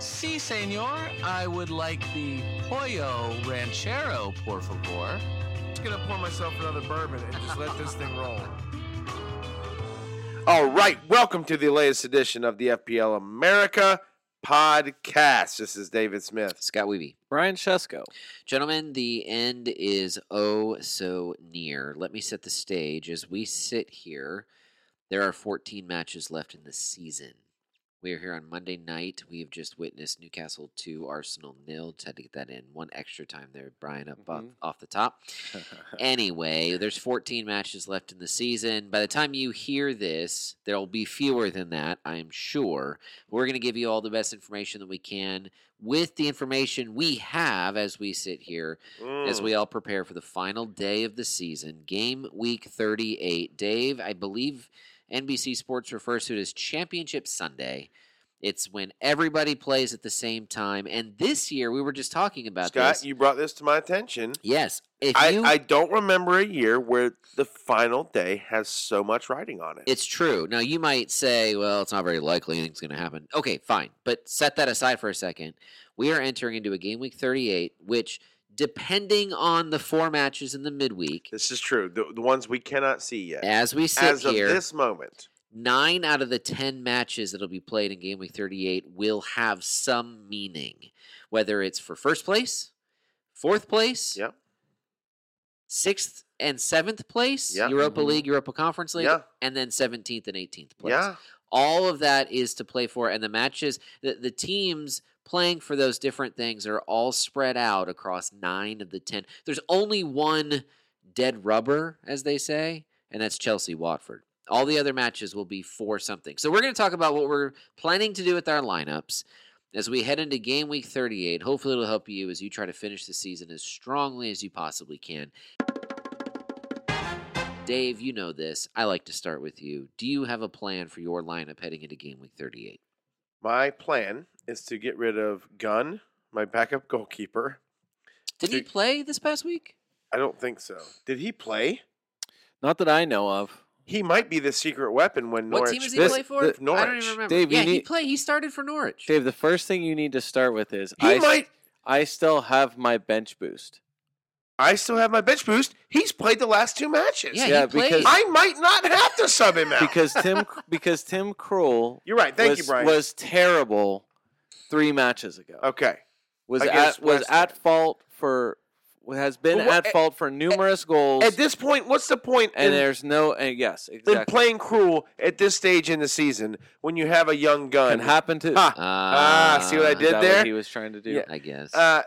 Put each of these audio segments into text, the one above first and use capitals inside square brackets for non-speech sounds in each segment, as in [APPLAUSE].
Si, senor, I would like the Pollo Ranchero, por favor. I'm just gonna pour myself another bourbon and just let this thing roll. All right, welcome to the latest edition of the FPL America podcast. This is David Smith. Scott Weeby. Brian Chesko. Gentlemen, the end is oh so near. Let me set the stage. As we sit here, there are 14 matches left in the season. We are here on Monday night. We have just witnessed Newcastle 2, Arsenal nil. Just had to get that in one extra time there, Brian, up off, Mhm. off the top. anyway, there's 14 matches left in the season. By the time you hear this, there'll be fewer than that, I'm sure. We're going to give you all the best information that we can with the information we have as we sit here as Mm. we all prepare for the final day of the season, game week 38. Dave, I believe NBC Sports refers to it as Championship Sunday. It's when everybody plays at the same time. And this year, we were just talking about Scott, this. you brought this to my attention. yes. If I, you, I don't remember a year where the final day has so much writing on it. It's true. Now you might say, well, it's not very likely anything's going to happen. Okay, fine. But set that aside for a second. We are entering into a game week 38, which, depending on the four matches in the midweek, this is true. The, the ones we cannot see yet. as we sit As of here, this moment. nine out of the 10 matches that'll be played in game week 38 will have some meaning, whether it's for first place, fourth place, Yep. sixth and seventh place, Yeah. Europa Mhm. League, Europa Conference League, Mm-hmm. Yeah. and then 17th and 18th place. Yeah. All of that is to play for, and the matches, the, the teams playing for those different things are all spread out across nine of the 10. There's only one dead rubber, as they say, and that's Chelsea Watford. All the other matches will be for something. So we're going to talk about what we're planning to do with our lineups as we head into game week 38. Hopefully, it'll help you as you try to finish the season as strongly as you possibly can. Dave, you know this. I like to start with you. Do you have a plan for your lineup heading into game week 38? My plan is to get rid of Gunn, my backup goalkeeper. Did he Dude. play this past week? I don't think so. Did he play? Not that I know of. He might be the secret weapon when What Norwich. team does he this- play for? th- I don't Norwich. even remember. Dave, you yeah, he need- played. He started for Norwich. Dave, the first thing you need to start with is He I, s- might. I still have my bench boost. I still have my bench boost. He's played the last two matches. yeah, yeah, he played. because- I might not have to sub him out. Because Tim [LAUGHS] because Tim Krul You're right. Thank was, you, Brian. was terrible three matches ago. okay. Was against at was West at Ham. fault for has been Well, eh, what- at at- fault for numerous goals At this point, what's the point and in, there's no and yes, in exactly. playing cruel at this stage in the season when you have a young gun? Can happen to uh, Ha. Ah, see what I Is did that there? what he was trying to do. Yeah. I guess. Uh,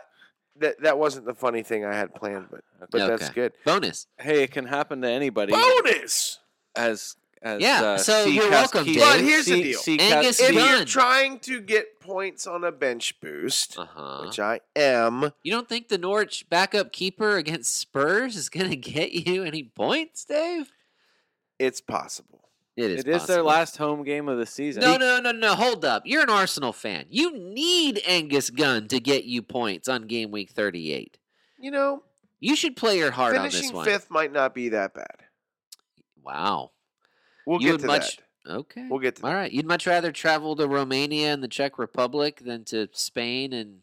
that that wasn't the funny thing I had planned, but but that's Okay. good. Bonus. Hey, it can happen to anybody. Bonus. as as Yeah, uh, so C you're cast welcome, key- Dave. But here's the C- deal. C Angus cast If It's key- you're done. trying to get points on a bench boost, Uh Uh-huh. huh. which I am, You don't think the Norwich backup keeper against Spurs is going to [LAUGHS] get you any points, Dave? it's possible. It It is. is their possible. last home game of the season. No, no, no, no. Hold up. You're an Arsenal fan. You need Angus Gunn to get you points on game week 38. You know, You should play your heart on this finishing one. fifth might not be that bad. Wow. We'll You get would to much- that. Okay. We'll get to All right. You'd much rather travel to Romania and the Czech Republic than to Spain and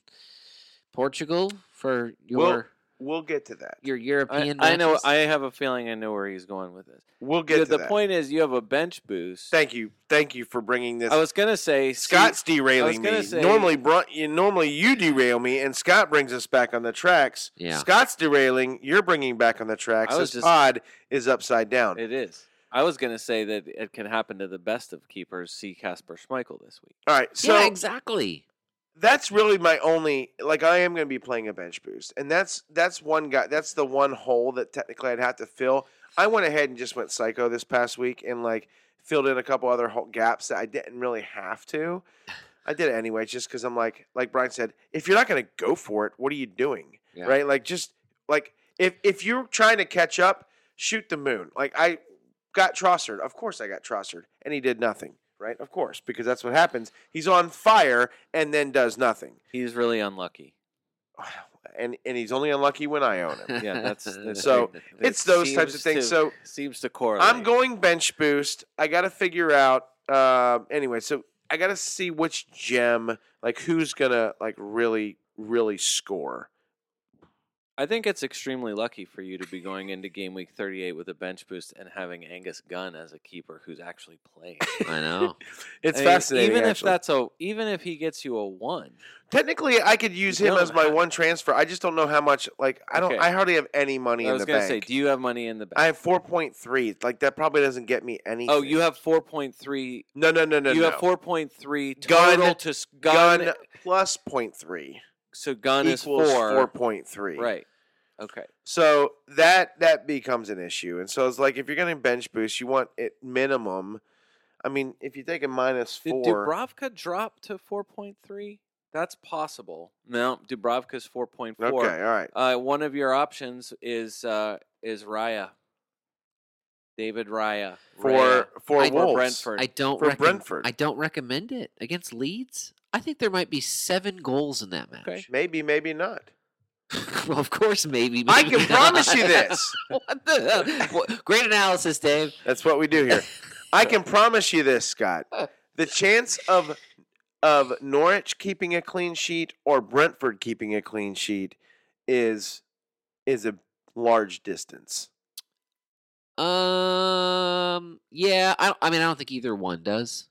Portugal for your Well- We'll get to that. your I, European. I know. matches? I have a feeling I know where he's going with this. We'll get the to the that. point is, you have a bench boost. Thank you, thank you for bringing this. I was gonna say C- Scott's derailing gonna me. say- normally, Bru- you, normally you derail me, and Scott brings us back on the tracks. Yeah. Scott's derailing. You're bringing back on the tracks. I was This just- pod is upside down. It is. I was going to say that it can happen to the best of keepers. See Casper Schmeichel this week. All right, so [LAUGHS] yeah, exactly. that's really my only like I am going to be playing a bench boost, and that's that's one guy that's the one hole that technically I'd have to fill. I went ahead and just went psycho this past week and like filled in a couple other hole, gaps that I didn't really have to. I did it anyway, just because I'm like like Brian said, if you're not going to go for it, what are you doing? Yeah. Right? Like just like if if you're trying to catch up, shoot the moon. Like I got Trossard. Of course I got Trossard, and he did nothing. Right, of course, because that's what happens. He's on fire and then does nothing [SIGHS] He's really unlucky. and and he's only unlucky when I own [LAUGHS] him. Yeah, [LAUGHS] that's the So, thing that- that it's those types of seems things. to- So seems to correlate. I'm going bench boost. I got to figure out. Uh, anyway, so I got to see which gem, like who's gonna like really really score. I think it's extremely lucky for you to be going into game week 38 with a bench boost and having Angus Gunn as a keeper who's actually [LAUGHS] playing. I know. It's I mean, fascinating. Even actually. if that's a, even if he gets you a one, technically I could use You him don't as my have- one transfer. I just don't know how much. Like I don't. Okay. I hardly have any money I in was the gonna bank. say, do you have money in the bank? I have four point three. Like that probably doesn't get me anything. oh, you have 4.3. no no no no. you no. have 4.3 Gun- total to s- gun. gun, plus point three so gun is four. equals four point three. Right. Okay. So that that becomes an issue, and so it's like if you're going to bench boost, you want it minimum. I mean, if you take a minus Did four, Dubrovka drop to 4.3? That's possible. No, Dubrovka's 4.4. okay, all right, Uh, one of your options is uh, is Raya. David Raya. for Raya. for I- or Wolves, Brentford. I don't For recommend. Brentford. I don't recommend it against Leeds. I think there might be seven goals in that match. [LAUGHS] Okay. maybe maybe [LAUGHS] not. well, of course, maybe. I maybe can promise not. you [LAUGHS] this. [LAUGHS] what the hell? Well, Great analysis, Dave. That's what we do here. I can promise you this, Scott. The chance of of Norwich keeping a clean sheet or Brentford keeping a clean sheet is is a large distance. Um. Yeah. I. I mean, I don't think either one does.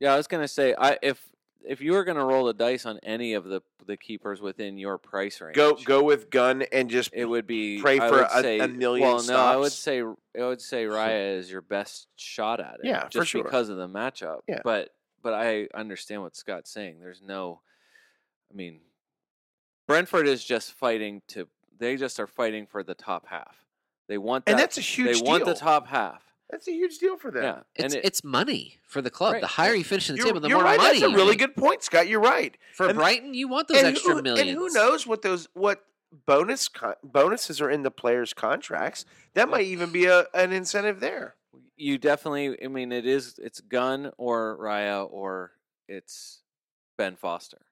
Yeah, I was gonna say, I if if you were gonna roll the dice on any of the the keepers within your price range, Go go with gun and just It would be Pray I for would a- a say, million Well, no, I would stops. say I [LAUGHS] would say Raya is your best shot at it. Yeah, for just sure. because of the matchup. Yeah. but but I understand what Scott's saying. There's no, I mean, Brentford is just fighting to. They just are fighting for the top half. They want that. and that's a huge they deal. want the top half. That's a huge deal for them. Yeah, and It's it, it's money for the club. Right. The higher you finish in the You're, table, the you're more right. money. That's a you really make. good point, Scott. You're right. for and- Brighton. You want those and extra who, millions. And who knows what those what bonus con- bonuses are in the players' contracts? That might even be a, an incentive there. you definitely. I mean, it is. It's Gunn or Raya or it's Ben Foster.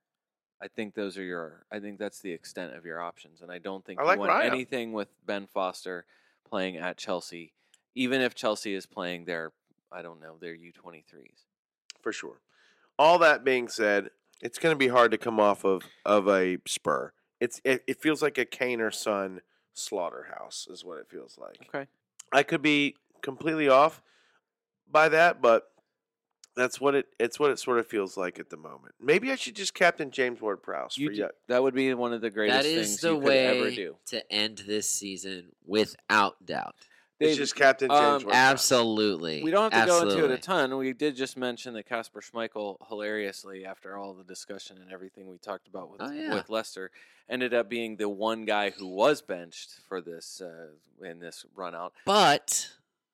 I think those are your. I think that's the extent of your options, and I don't think I you like want Raya. anything with Ben Foster playing at Chelsea, even if Chelsea is playing their. I don't know their U twenty threes. for sure. All that being said, it's going to be hard to come off of of a spur. It's it, it feels like a Kane or Son slaughterhouse is what it feels like. Okay. I could be completely off by that, but that's what it it's what it sort of feels like at the moment. Maybe I should just captain James Ward Prowse for You d- you. that would be one of the greatest That is things the you way could ever do. to end this season without doubt. It's David, just captain James um, Ward. Absolutely. we don't have to go into Absolutely. it a ton. We did just mention that Casper Schmeichel, hilariously, after all the discussion and everything we talked about with Oh, yeah. with Lester, ended up being the one guy who was benched for this uh, in this run out. But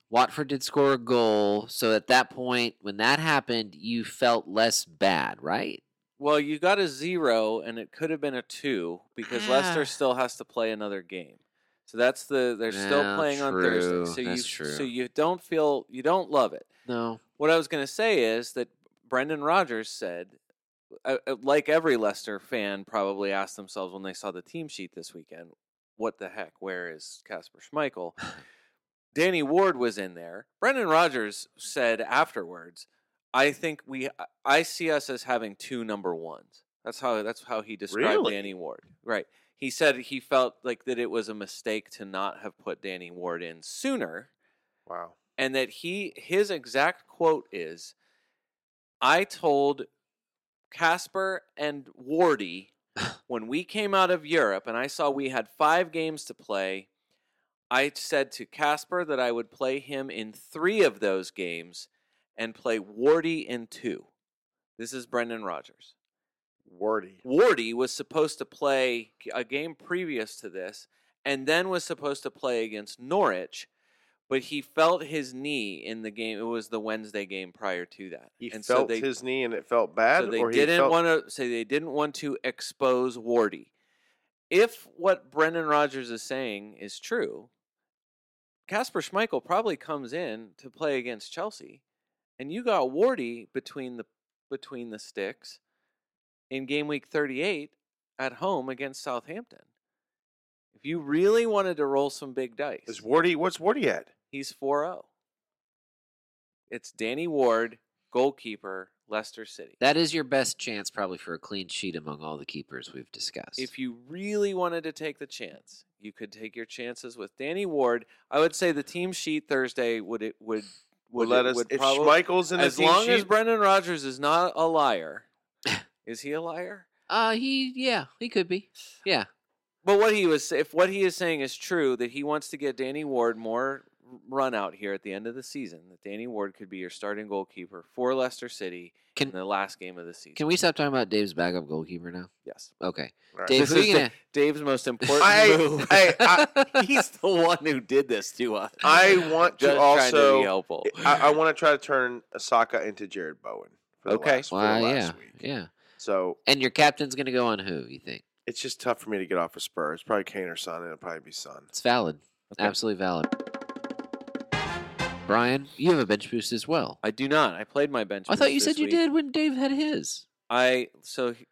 Watford did score a goal, so at that point, when that happened, you felt less bad, right? Well, you got a zero, and it could have been a two because Ah. Leicester still has to play another game. So that's the they're Yeah, still playing on true. Thursday. So That's you so true. you don't feel you don't love it. No. What I was going to say is that Brendan Rodgers said, uh, uh, like every Leicester fan probably asked themselves when they saw the team sheet this weekend, what the heck? Where is Casper Schmeichel? Danny Ward was in there. Brendan Rodgers said afterwards, I think we, I- I see us as having two number ones. That's how, that's how he described Really? Danny Ward. Right. He said he felt like that it was a mistake to not have put Danny Ward in sooner Wow. and that he his exact quote is i told casper and wardy when we came out of europe and i saw we had five games to play I said to Casper that I would play him in three of those games and play Wardy in two. This is Brendan Rodgers. Wordy. Wardy was supposed to play a game previous to this and then was supposed to play against Norwich, but he felt his knee in the game. It was the Wednesday game prior to that. He and felt so they, his knee and it felt bad. so they or he didn't felt- want to say they didn't want to expose Wardy. If what Brendan Rodgers is saying is true, Casper Schmeichel probably comes in to play against Chelsea, and you got Wardy between the between the sticks in game week 38 at home against Southampton. If you really wanted to roll some big dice, Is Wardy? What's Wardy at? He's 4 0. It's Danny Ward, goalkeeper, Leicester City. That is your best chance, probably, for a clean sheet among all the keepers we've discussed. If you really wanted to take the chance, you could take your chances with Danny Ward. I would say the team sheet Thursday would it would Would would, let it- us. would If probably- Schmeichel's in the as team long as sheet- Brendan Rodgers is not a [COUGHS] liar. is he a liar? uh, he, yeah, he could be. Yeah, But what he was if what he is saying is true that he wants to get Danny Ward more run out here at the end of the season that Danny Ward could be your starting goalkeeper for Leicester City Can- in the last game of the season. Can we stop talking about Dave's backup goalkeeper now? yes. Okay, All right. Dave, This who are is you the- gonna- Dave's [LAUGHS] most important I- move. I- [LAUGHS] He's the one who did this to us. I want to Just trying also- be helpful. I, I want to try to turn Asaka into Jared Bowen. For the Okay. Last, for the Wow, yeah, last week. yeah. So And your captain's gonna go on who? You think it's just tough for me to get off of Spurs. Probably Kane or Son, and it'll probably be Son. it's valid? Absolutely valid. Brian, you have a bench boost as well. I do not. I played my bench. I thought you boost said this you week. did when Dave had his. I so he-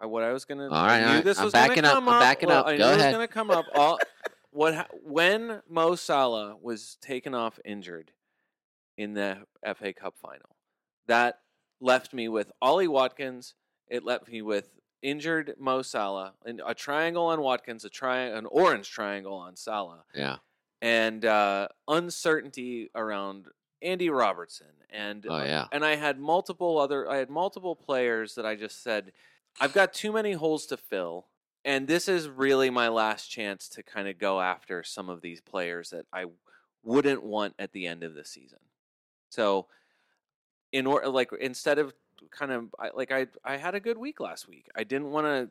I, what I was gonna. All right, I all knew right. this I'm was gonna backing up, come I'm up. backing well, up. I knew Go it was ahead. gonna come up. All what ha- when Mo Salah was taken off injured in the FA Cup final, that left me with Ollie Watkins. It left me with injured Mo Salah and a triangle on Watkins, a tri- an orange triangle on Salah, Yeah. and uh, uncertainty around Andy Robertson and Oh yeah. and I had multiple other I had multiple players that I just said I've got too many holes to fill and this is really my last chance to kind of go after some of these players that I wouldn't want at the end of the season. So in order like instead of kind of I, like I I had a good week last week. I didn't want to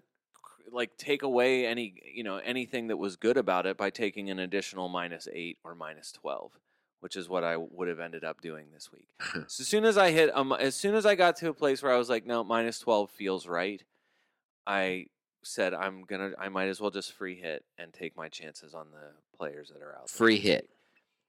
like take away any you know anything that was good about it by taking an additional minus 8 or minus 12 which is what I would have ended up doing this [LAUGHS] week. So as soon as I hit, um, as soon as I got to a place where I was like, no, minus twelve feels right, I said I'm gonna, I might as well just free hit and take my chances on the players that are out. there Free this hit. week.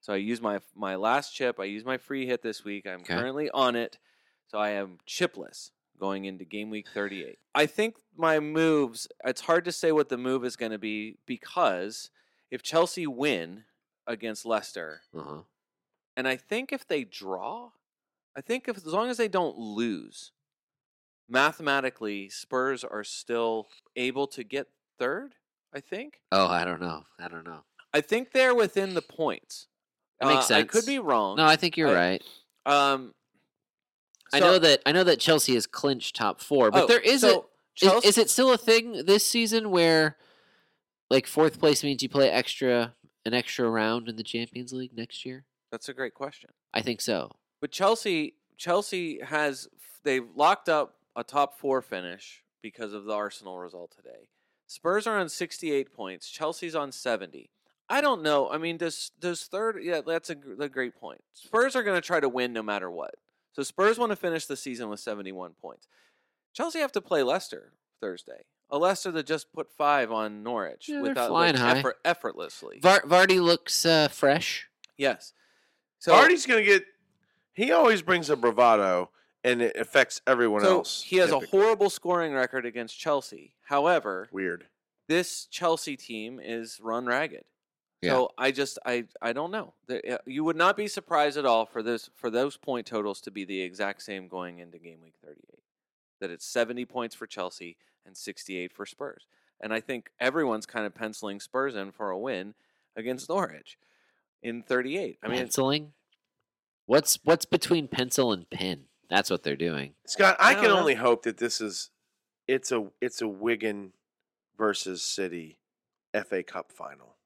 So I use my my last chip. I use my free hit this week. I'm Okay. currently on it, so I am chipless going into game week 38. I think my moves. It's hard to say what the move is going to be because if Chelsea win against Leicester, Uh-huh. and I think if they draw, I think if as long as they don't lose, mathematically Spurs are still able to get third. I think. Oh, I don't know. I don't know. I think they're within the points. That makes Uh, I could sense. be wrong. No, I think you're I- right. Um, I so- know that I know that Chelsea has clinched top four, but oh, there is a so Is, Chelsea, is it still a thing this season where like fourth place means you play extra an extra round in the Champions League next year? That's a great question. I think so. But Chelsea, Chelsea has they've locked up a top four finish because of the Arsenal result today. Spurs are on sixty eight points. Chelsea's on seventy. I don't know. I mean, does does third? Yeah, that's a, gr- a great point. Spurs are going to try to win no matter what. So Spurs want to finish the season with seventy one points. Chelsea have to play Leicester Thursday. A Leicester that just put five on Norwich Yeah, they're without flying like, high. effort, effortlessly. Var- Vardy looks uh, fresh. yes. So Vardy's gonna get. He always brings a bravado, and it affects everyone so else. He has typically. a horrible scoring record against Chelsea. However, weird. this Chelsea team is run ragged. Yeah. So I just I I don't know. The- uh, You would not be surprised at all for this for those point totals to be the exact same going into game week 38. That it's 70 points for Chelsea and 68 for Spurs. And I think everyone's kind of penciling Spurs in for a win against Norwich in 38. I mean, it's- penciling. What's what's between pencil and pen? That's what they're doing. Scott, I I, don't can know. only hope that this is it's a it's a Wigan versus City FA Cup final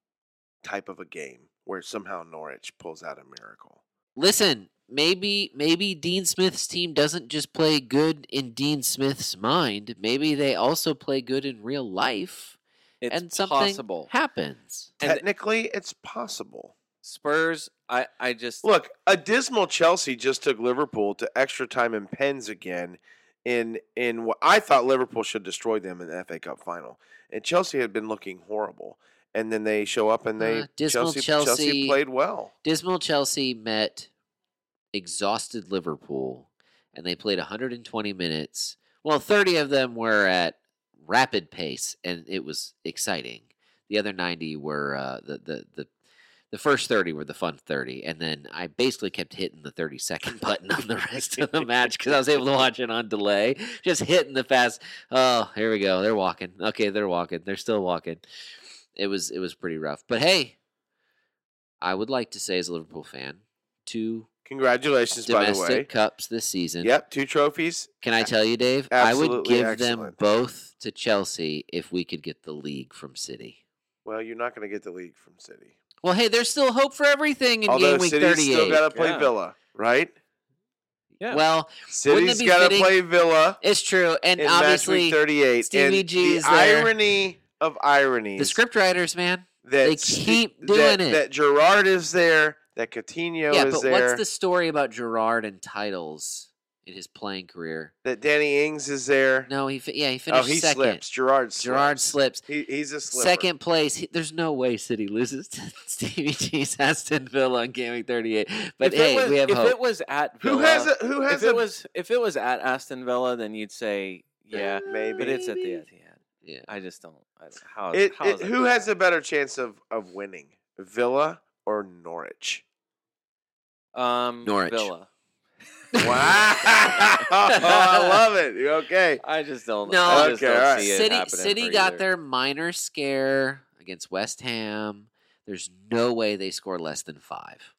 type of a game. where somehow Norwich pulls out a miracle. Listen, maybe maybe Dean Smith's team doesn't just play good in Dean Smith's mind. Maybe they also play good in real life, It's and something possible. happens. And th- Technically, it's possible. Spurs, I, I just Look, a dismal Chelsea just took Liverpool to extra time and pens again in in what I thought Liverpool should destroy them in the FA Cup final. And Chelsea had been looking horrible. And then they show up and they Uh, dismal Chelsea, Chelsea- played well. Dismal Chelsea met exhausted Liverpool, and they played 120 minutes. Well, 30 of them were at rapid pace, and it was exciting. The other 90 were uh, the the the. The first 30 were the fun 30, and then I basically kept hitting the 30 second [LAUGHS] button on the rest of the match because I was able to watch it on delay. Just hitting the fast. Oh, here we go. They're walking. Okay, they're walking. They're still walking. It was it was pretty rough. But hey, I would like to say as a Liverpool fan, two Congratulations, by the way. domestic cups this season. Yep, two trophies. Can I tell you, Dave? I would absolutely give them excellent. both to Chelsea if we could get the league from City. Well, you're not going to get the league from City. Well, hey, there's still hope for everything in Although game week City's 38. still got to play Yeah. Villa, right? yeah. Well, Wouldn't it City's be got to fitting- play Villa it's true, and in match obviously week 38. Stevie and G the is there. irony of irony the script writers, man. that they Ste- keep that, doing it. That Gerard is there. That Coutinho yeah, is but there. what's the story about Gerard and titles in his playing career? That Danny Ings is there. No, he fi- yeah he oh, finished he second. slips. Gerard slips. Gerard slips. He, he's a slipper. Second place. he- There's no way City loses to [LAUGHS] Stevie G's Aston Villa on Gaming 38. if But hey, it was, we have if hope. it was at Villa, Who has a who has if it a was if it was at Aston Villa, then you'd say yeah, maybe but it's at the Etihad. Yeah. I just don't. I don't how, it, how it, is that who has a possible? better chance of of winning? Villa or Norwich? um Norwich. Villa? Wow, I love it. You Okay, I just don't. No. I just Okay, don't all right. see it City happening City for got either. their minor scare against West Ham. There's no way they score less than five.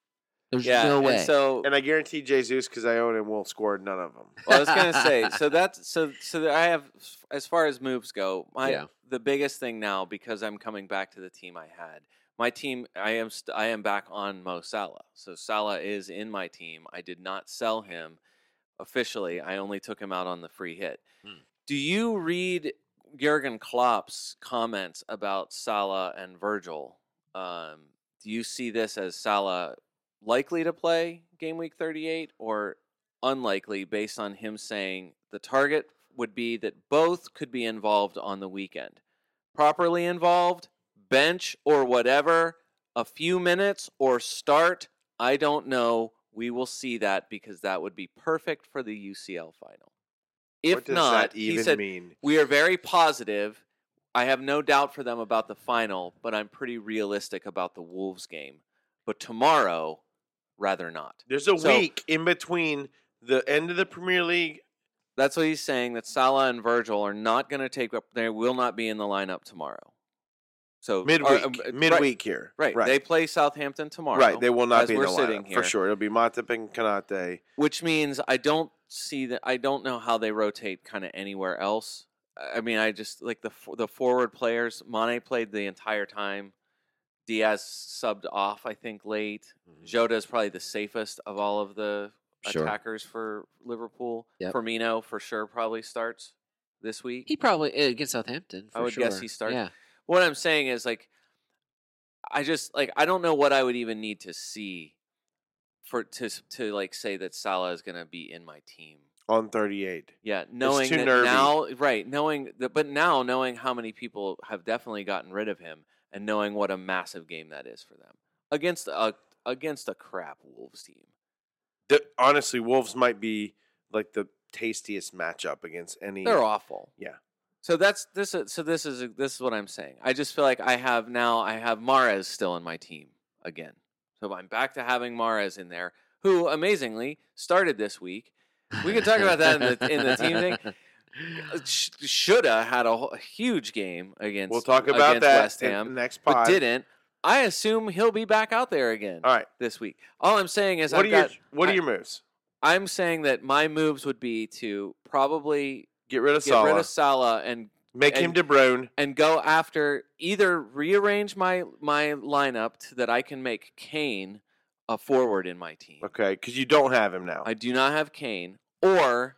There's yeah. no and way. So and I guarantee Jesus because I own him will score none of them. Well, I was gonna [LAUGHS] say, so that's so so that I have as far as moves go, my Yeah. the biggest thing now because I'm coming back to the team I had. My team, I am st- I am back on Mo Salah, so Salah is in my team. I did not sell him officially. I only took him out on the free hit. Hmm. Do you read Jurgen Klopp's comments about Salah and Virgil? Um, do you see this as Salah likely to play game week 38 or unlikely based on him saying the target would be that both could be involved on the weekend. Properly involved, bench or whatever, a few minutes or start, I don't know. We will see that because that would be perfect for the UCL final. If what does not, that even he said mean? we are very positive. I have no doubt for them about the final, but I'm pretty realistic about the Wolves game. But tomorrow, rather not. There's a So- week in between the end of the Premier League. That's what he's saying that Salah and Virgil are not going to take up. They will not be in the lineup tomorrow. So or, uh, Midweek, uh, right- midweek here. Right, right. They play Southampton tomorrow. Right, they will not as be in we're the sitting lineup here. for sure. It'll be Matip and Kanate. Which means I don't see that. I don't know how they rotate kind of anywhere else. I I mean, I just like the f- the forward players. Mane played the entire time. Diaz subbed off, I think, late. Jota is probably the safest of all of the Mm-hmm. Sure. attackers for Liverpool. Yep. Firmino for sure probably starts this week. he probably eh, against Southampton. I for would guess sure. he started. Yeah. what I'm saying is like I just like I don't know what I would even need to see for to s- to like say that Salah is going to be in my team. on 38. Yeah, knowing too that nervy. now, right? Knowing that, but now knowing how many people have definitely gotten rid of him, and knowing what a massive game that is for them against a against a crap Wolves team. The, honestly, Wolves might be like the tastiest matchup against any. They're awful. Yeah. So that's this. is- So this is this is what I'm saying. I just feel like I have now. I have Mares still in my team again. So I'm back to having Mares in there, who amazingly started this week. We can talk about that in the- in the team thing. Uh, Sh- Shoulda had a whole- a huge game against. We'll talk about against that West in Ham, the next pod. but didn't. I assume he'll be back out there again All right. this week. All I'm saying is Uh, What are I've your got- What are I- your moves? I'm saying that my moves would be to probably Get rid of get Salah. rid of Salah and Make him And- De Bruyne. and go after either rearrange my my lineup to, that I can make Kane a forward in my team. Okay, because you don't have him now. I do not have Kane, or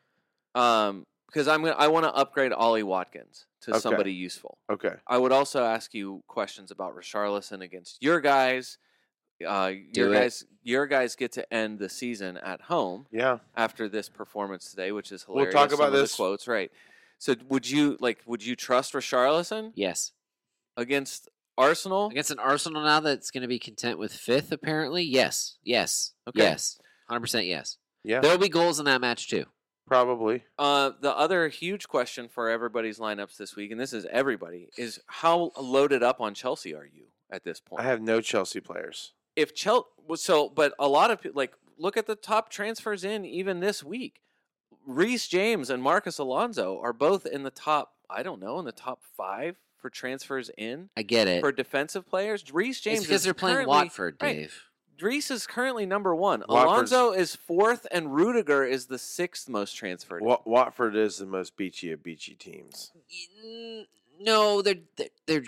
um, because I'm gonna I want to upgrade Ollie Watkins to Okay. somebody useful. okay. I would also ask you questions about Richarlison against your guys. Uh, your Do it. guys, your guys get to end the season at home Yeah. after this performance today, which is We'll hilarious. talk Some about of the this. quotes, right? So, would you like? Would you trust Richarlison [LAUGHS] Yes. against Arsenal? Against an Arsenal now that's going to be content with fifth, apparently. Yes. Yes. Okay. Yes. 100% yes. Yeah. There'll be goals in that match, too. Probably. Uh, the other huge question for everybody's lineups this week, and this is everybody, is how loaded up on Chelsea are you at this point? I have no Chelsea players. if Chelsea, so but a lot of people like look at the top transfers in even this week. Reese James and Marcus Alonso are both in the top. I don't know in the top five for transfers in I get it. for defensive players. Reese James it's because is they're playing currently- Watford, right. Dave. Reese is currently number one. Watford's- Alonso is fourth, and Rudiger is the sixth most transferred. Wa- Watford is the most beachy of beachy teams. N- No, they're they're. they're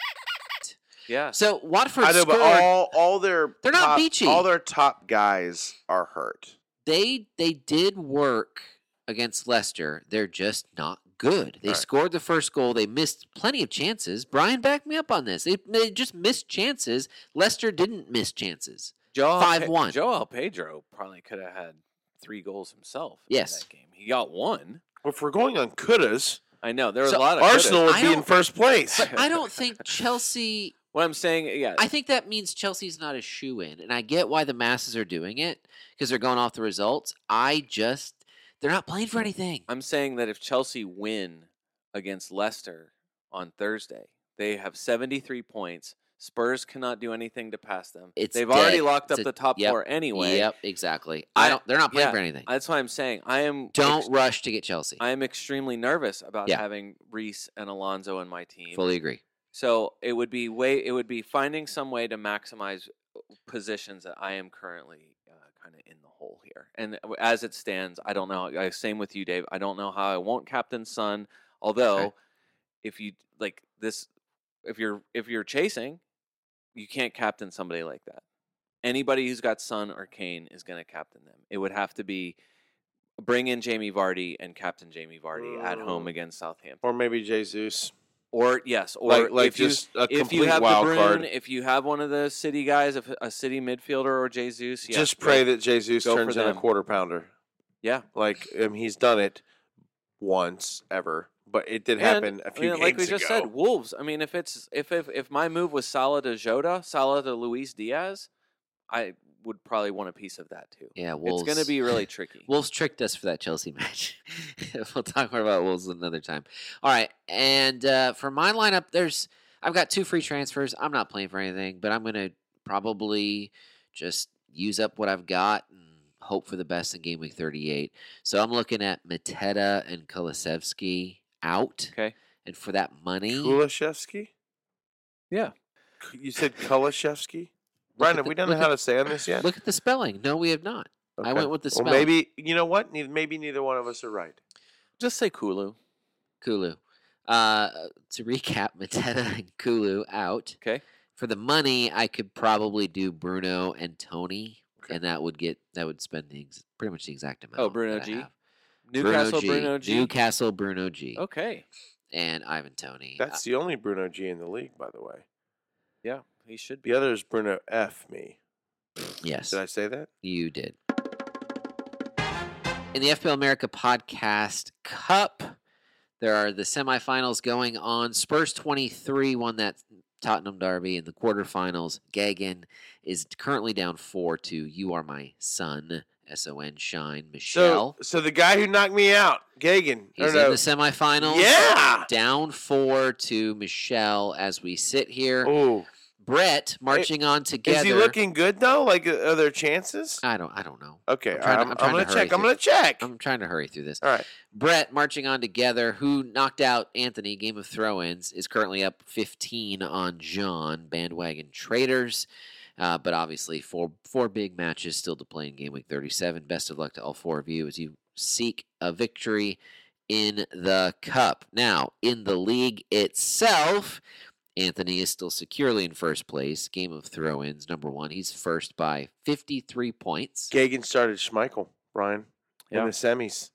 yeah. so Watford I know, scored. but all all their They're not top- beachy. All their top guys are hurt. they they did work against Leicester. They're just not good. They Right. scored the first goal. They missed plenty of chances. Brian backed me up on this. They, they just missed chances. Leicester didn't [LAUGHS] miss chances. Joel 5-1. Joel Pedro probably could have had three goals himself. Yes. in that game he got one. Well, if we're going on kudas, I know there were So, a lot of coulda. Arsenal would I be in don't- first place. But I don't think Chelsea. What I'm saying, yeah, I think that means Chelsea's not a shoe in, and I get why the masses are doing it because they're going off the results. I just they're not playing for anything. I'm saying that if Chelsea win against Leicester on Thursday, they have 73 points. Spurs cannot do anything to pass them. It's They've already dead. locked It's up a- the top yep, four anyway. Yep, exactly. I I- don't. They're not playing yeah, for anything. That's why I'm saying I am. don't ex- rush to get Chelsea. I am extremely nervous about Yeah. having Reese and Alonso in my team. Fully agree. So it would be way it would be finding some way to maximize uh, positions that I am currently uh, kind of in the hole here. And w- as it stands, I don't know. I, same with you, Dave. I don't know how I won't captain Sun. Although, if you like this, if you're if you're chasing, you can't captain somebody like that. Anybody who's got Sun or Kane is going to captain them. It would have to be bring in Jamie Vardy and captain Jamie Vardy at home Mm. against Southampton. or maybe Jesus. Or yes, or like like if you just a if complete you have De wild Bruyne, card. if you have one of the city guys, if a city midfielder or Jesus, yeah, just pray right. that Jesus Go for turns in a them. quarter pounder. yeah, Like um, he's done it once ever, but it did And, happen a I few mean, games like we just ago. said, Wolves. I mean, if it's if if if my move was Salah to Jota, Salah to Luis Diaz, I would probably want a piece of that too. Yeah, Wolves. It's going to be [LAUGHS] really tricky. Wolves tricked us for that Chelsea match. [LAUGHS] we'll talk more about Wolves another time. All right, and uh, for my lineup, there's I've got two free transfers. I'm not playing for anything, but I'm gonna probably just use up what I've got and hope for the best in game week 38. So I'm looking at Mateta and Kulisevsky out, okay, and for that money, Kulishevsky? Yeah. K- You said Kulishevsky? look Brian, at have the- we done look how at- to say on this yet? Look at the spelling. No, we have not. I Okay. went with the Well, spelling. maybe you know what? Neith- Maybe neither one of us are right. just say Kulu. Kulu. Uh, to [LAUGHS] recap, Mateta and Kulu out. Okay. For the money, I could probably do Bruno and Tony, and that would get that would spend the ex- pretty much the exact amount. Oh, Bruno that I G? have. Newcastle, Bruno G. Oh. Newcastle Bruno G, Okay, and Ivan Tony. Uh, That's the only Bruno G in the league, by the way. yeah, he should be. The other is Bruno F. Me. yes, Did I say that? you did. In the FPL America Podcast Cup, there are the semifinals going on. Spurs 23 won that Tottenham Derby in the quarterfinals. Gagan is currently down 4 to You Are My Son, S O N Shine, Michelle. So, so the guy who knocked me out, Gagan. I He's don't know. in the semifinals. Yeah. Down 4 to Michelle as we sit here. Oh, Brett marching on together. is he looking good though? Like, uh, are there chances? I don't I don't know. Okay, I'm I'm, trying to- I'm, I'm trying to gonna hurry check. I'm through gonna check. I'm trying to hurry through this. All right. Brett marching on together, who knocked out Anthony Game of Throw ins, is currently up 15 on John Bandwagon Traders. Uh, but obviously, four four big matches still to play in Game Week 37. Best of luck to all four of you as you seek a victory in the cup. Now, in the league itself, Anthony is still securely in first place. Game of throw ins, number one. He's first by 53 points. Gagan started Schmeichel, Brian, Yeah. in the semis.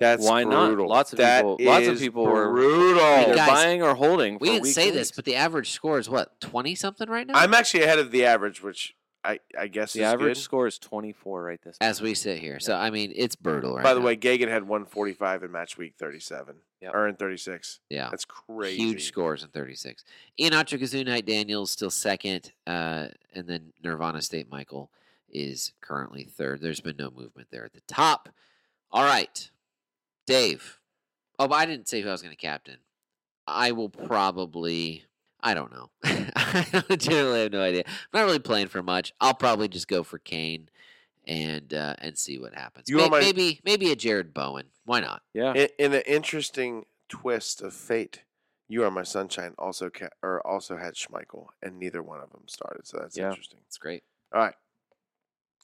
That's Why not? brutal. Lots of That people- lots of is people were- brutal. Either guys, buying or holding. We for didn't weeks say and this, weeks. but the average score is what, 20 something right now? I'm actually ahead of the average, which I, I guess the is average good. score is 24 right this As we sit here. So, I mean, it's brutal right By the now. way, Gagan had 145 in match week 37 Yep. or in 36. yeah. That's crazy. Huge scores in 36. Inacho Kazunite Daniels still second, uh, and then Nirvana State Michael is currently third. There's been no movement there at the top. All right, Dave. Oh, but I didn't say who I was going to captain. I will probably. I don't know. [LAUGHS] I generally have no idea. I'm not really playing for much. I'll probably just go for Kane and uh, and see what happens. You are May- my- maybe maybe a Jared Bowen. Why not? Yeah. In, in an interesting twist of fate, you are my sunshine. Also, ca- or also had Schmeichel, and neither one of them started. So that's Yeah. interesting. It's great. All right.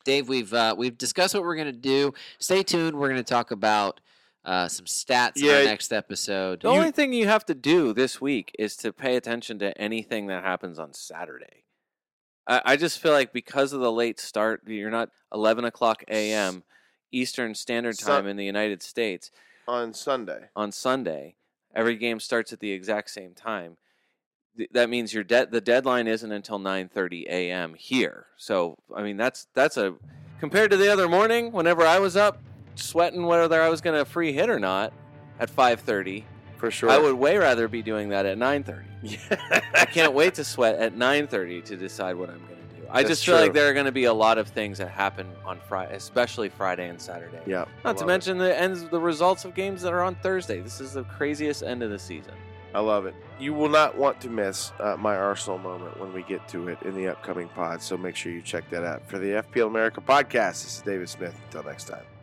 Dave, we've uh, we've discussed what we're gonna do. Stay tuned. We're gonna talk about uh, some stats in our Yeah. next episode. The only thing you have to do this week is to pay attention to anything that happens on Saturday. I, I just feel like because of the late start, you're not 11 o'clock a.m. Eastern Standard Su- Time in the United States On Sunday, on Sunday. Every game starts at the exact same time. Th- That means your dead the deadline isn't until 9:30 a.m. here. So I mean that's that's a compared to the other morning. Whenever I was up sweating whether I was going to free hit or not at 5:30. for sure. I would way rather be doing that at [LAUGHS] 9:30. I can't wait to sweat at 9:30 to decide what I'm going to do. I That's just feel like true. there are going to be a lot of things that happen on Friday, especially Friday and Saturday. Yeah. Not to love it. mention the ends, the results of games that are on Thursday. This is the craziest end of the season. I love it. You will not want to miss uh, my Arsenal moment when we get to it in the upcoming pod. So make sure you check that out. For the FPL America podcast, this is David Smith. Until next time.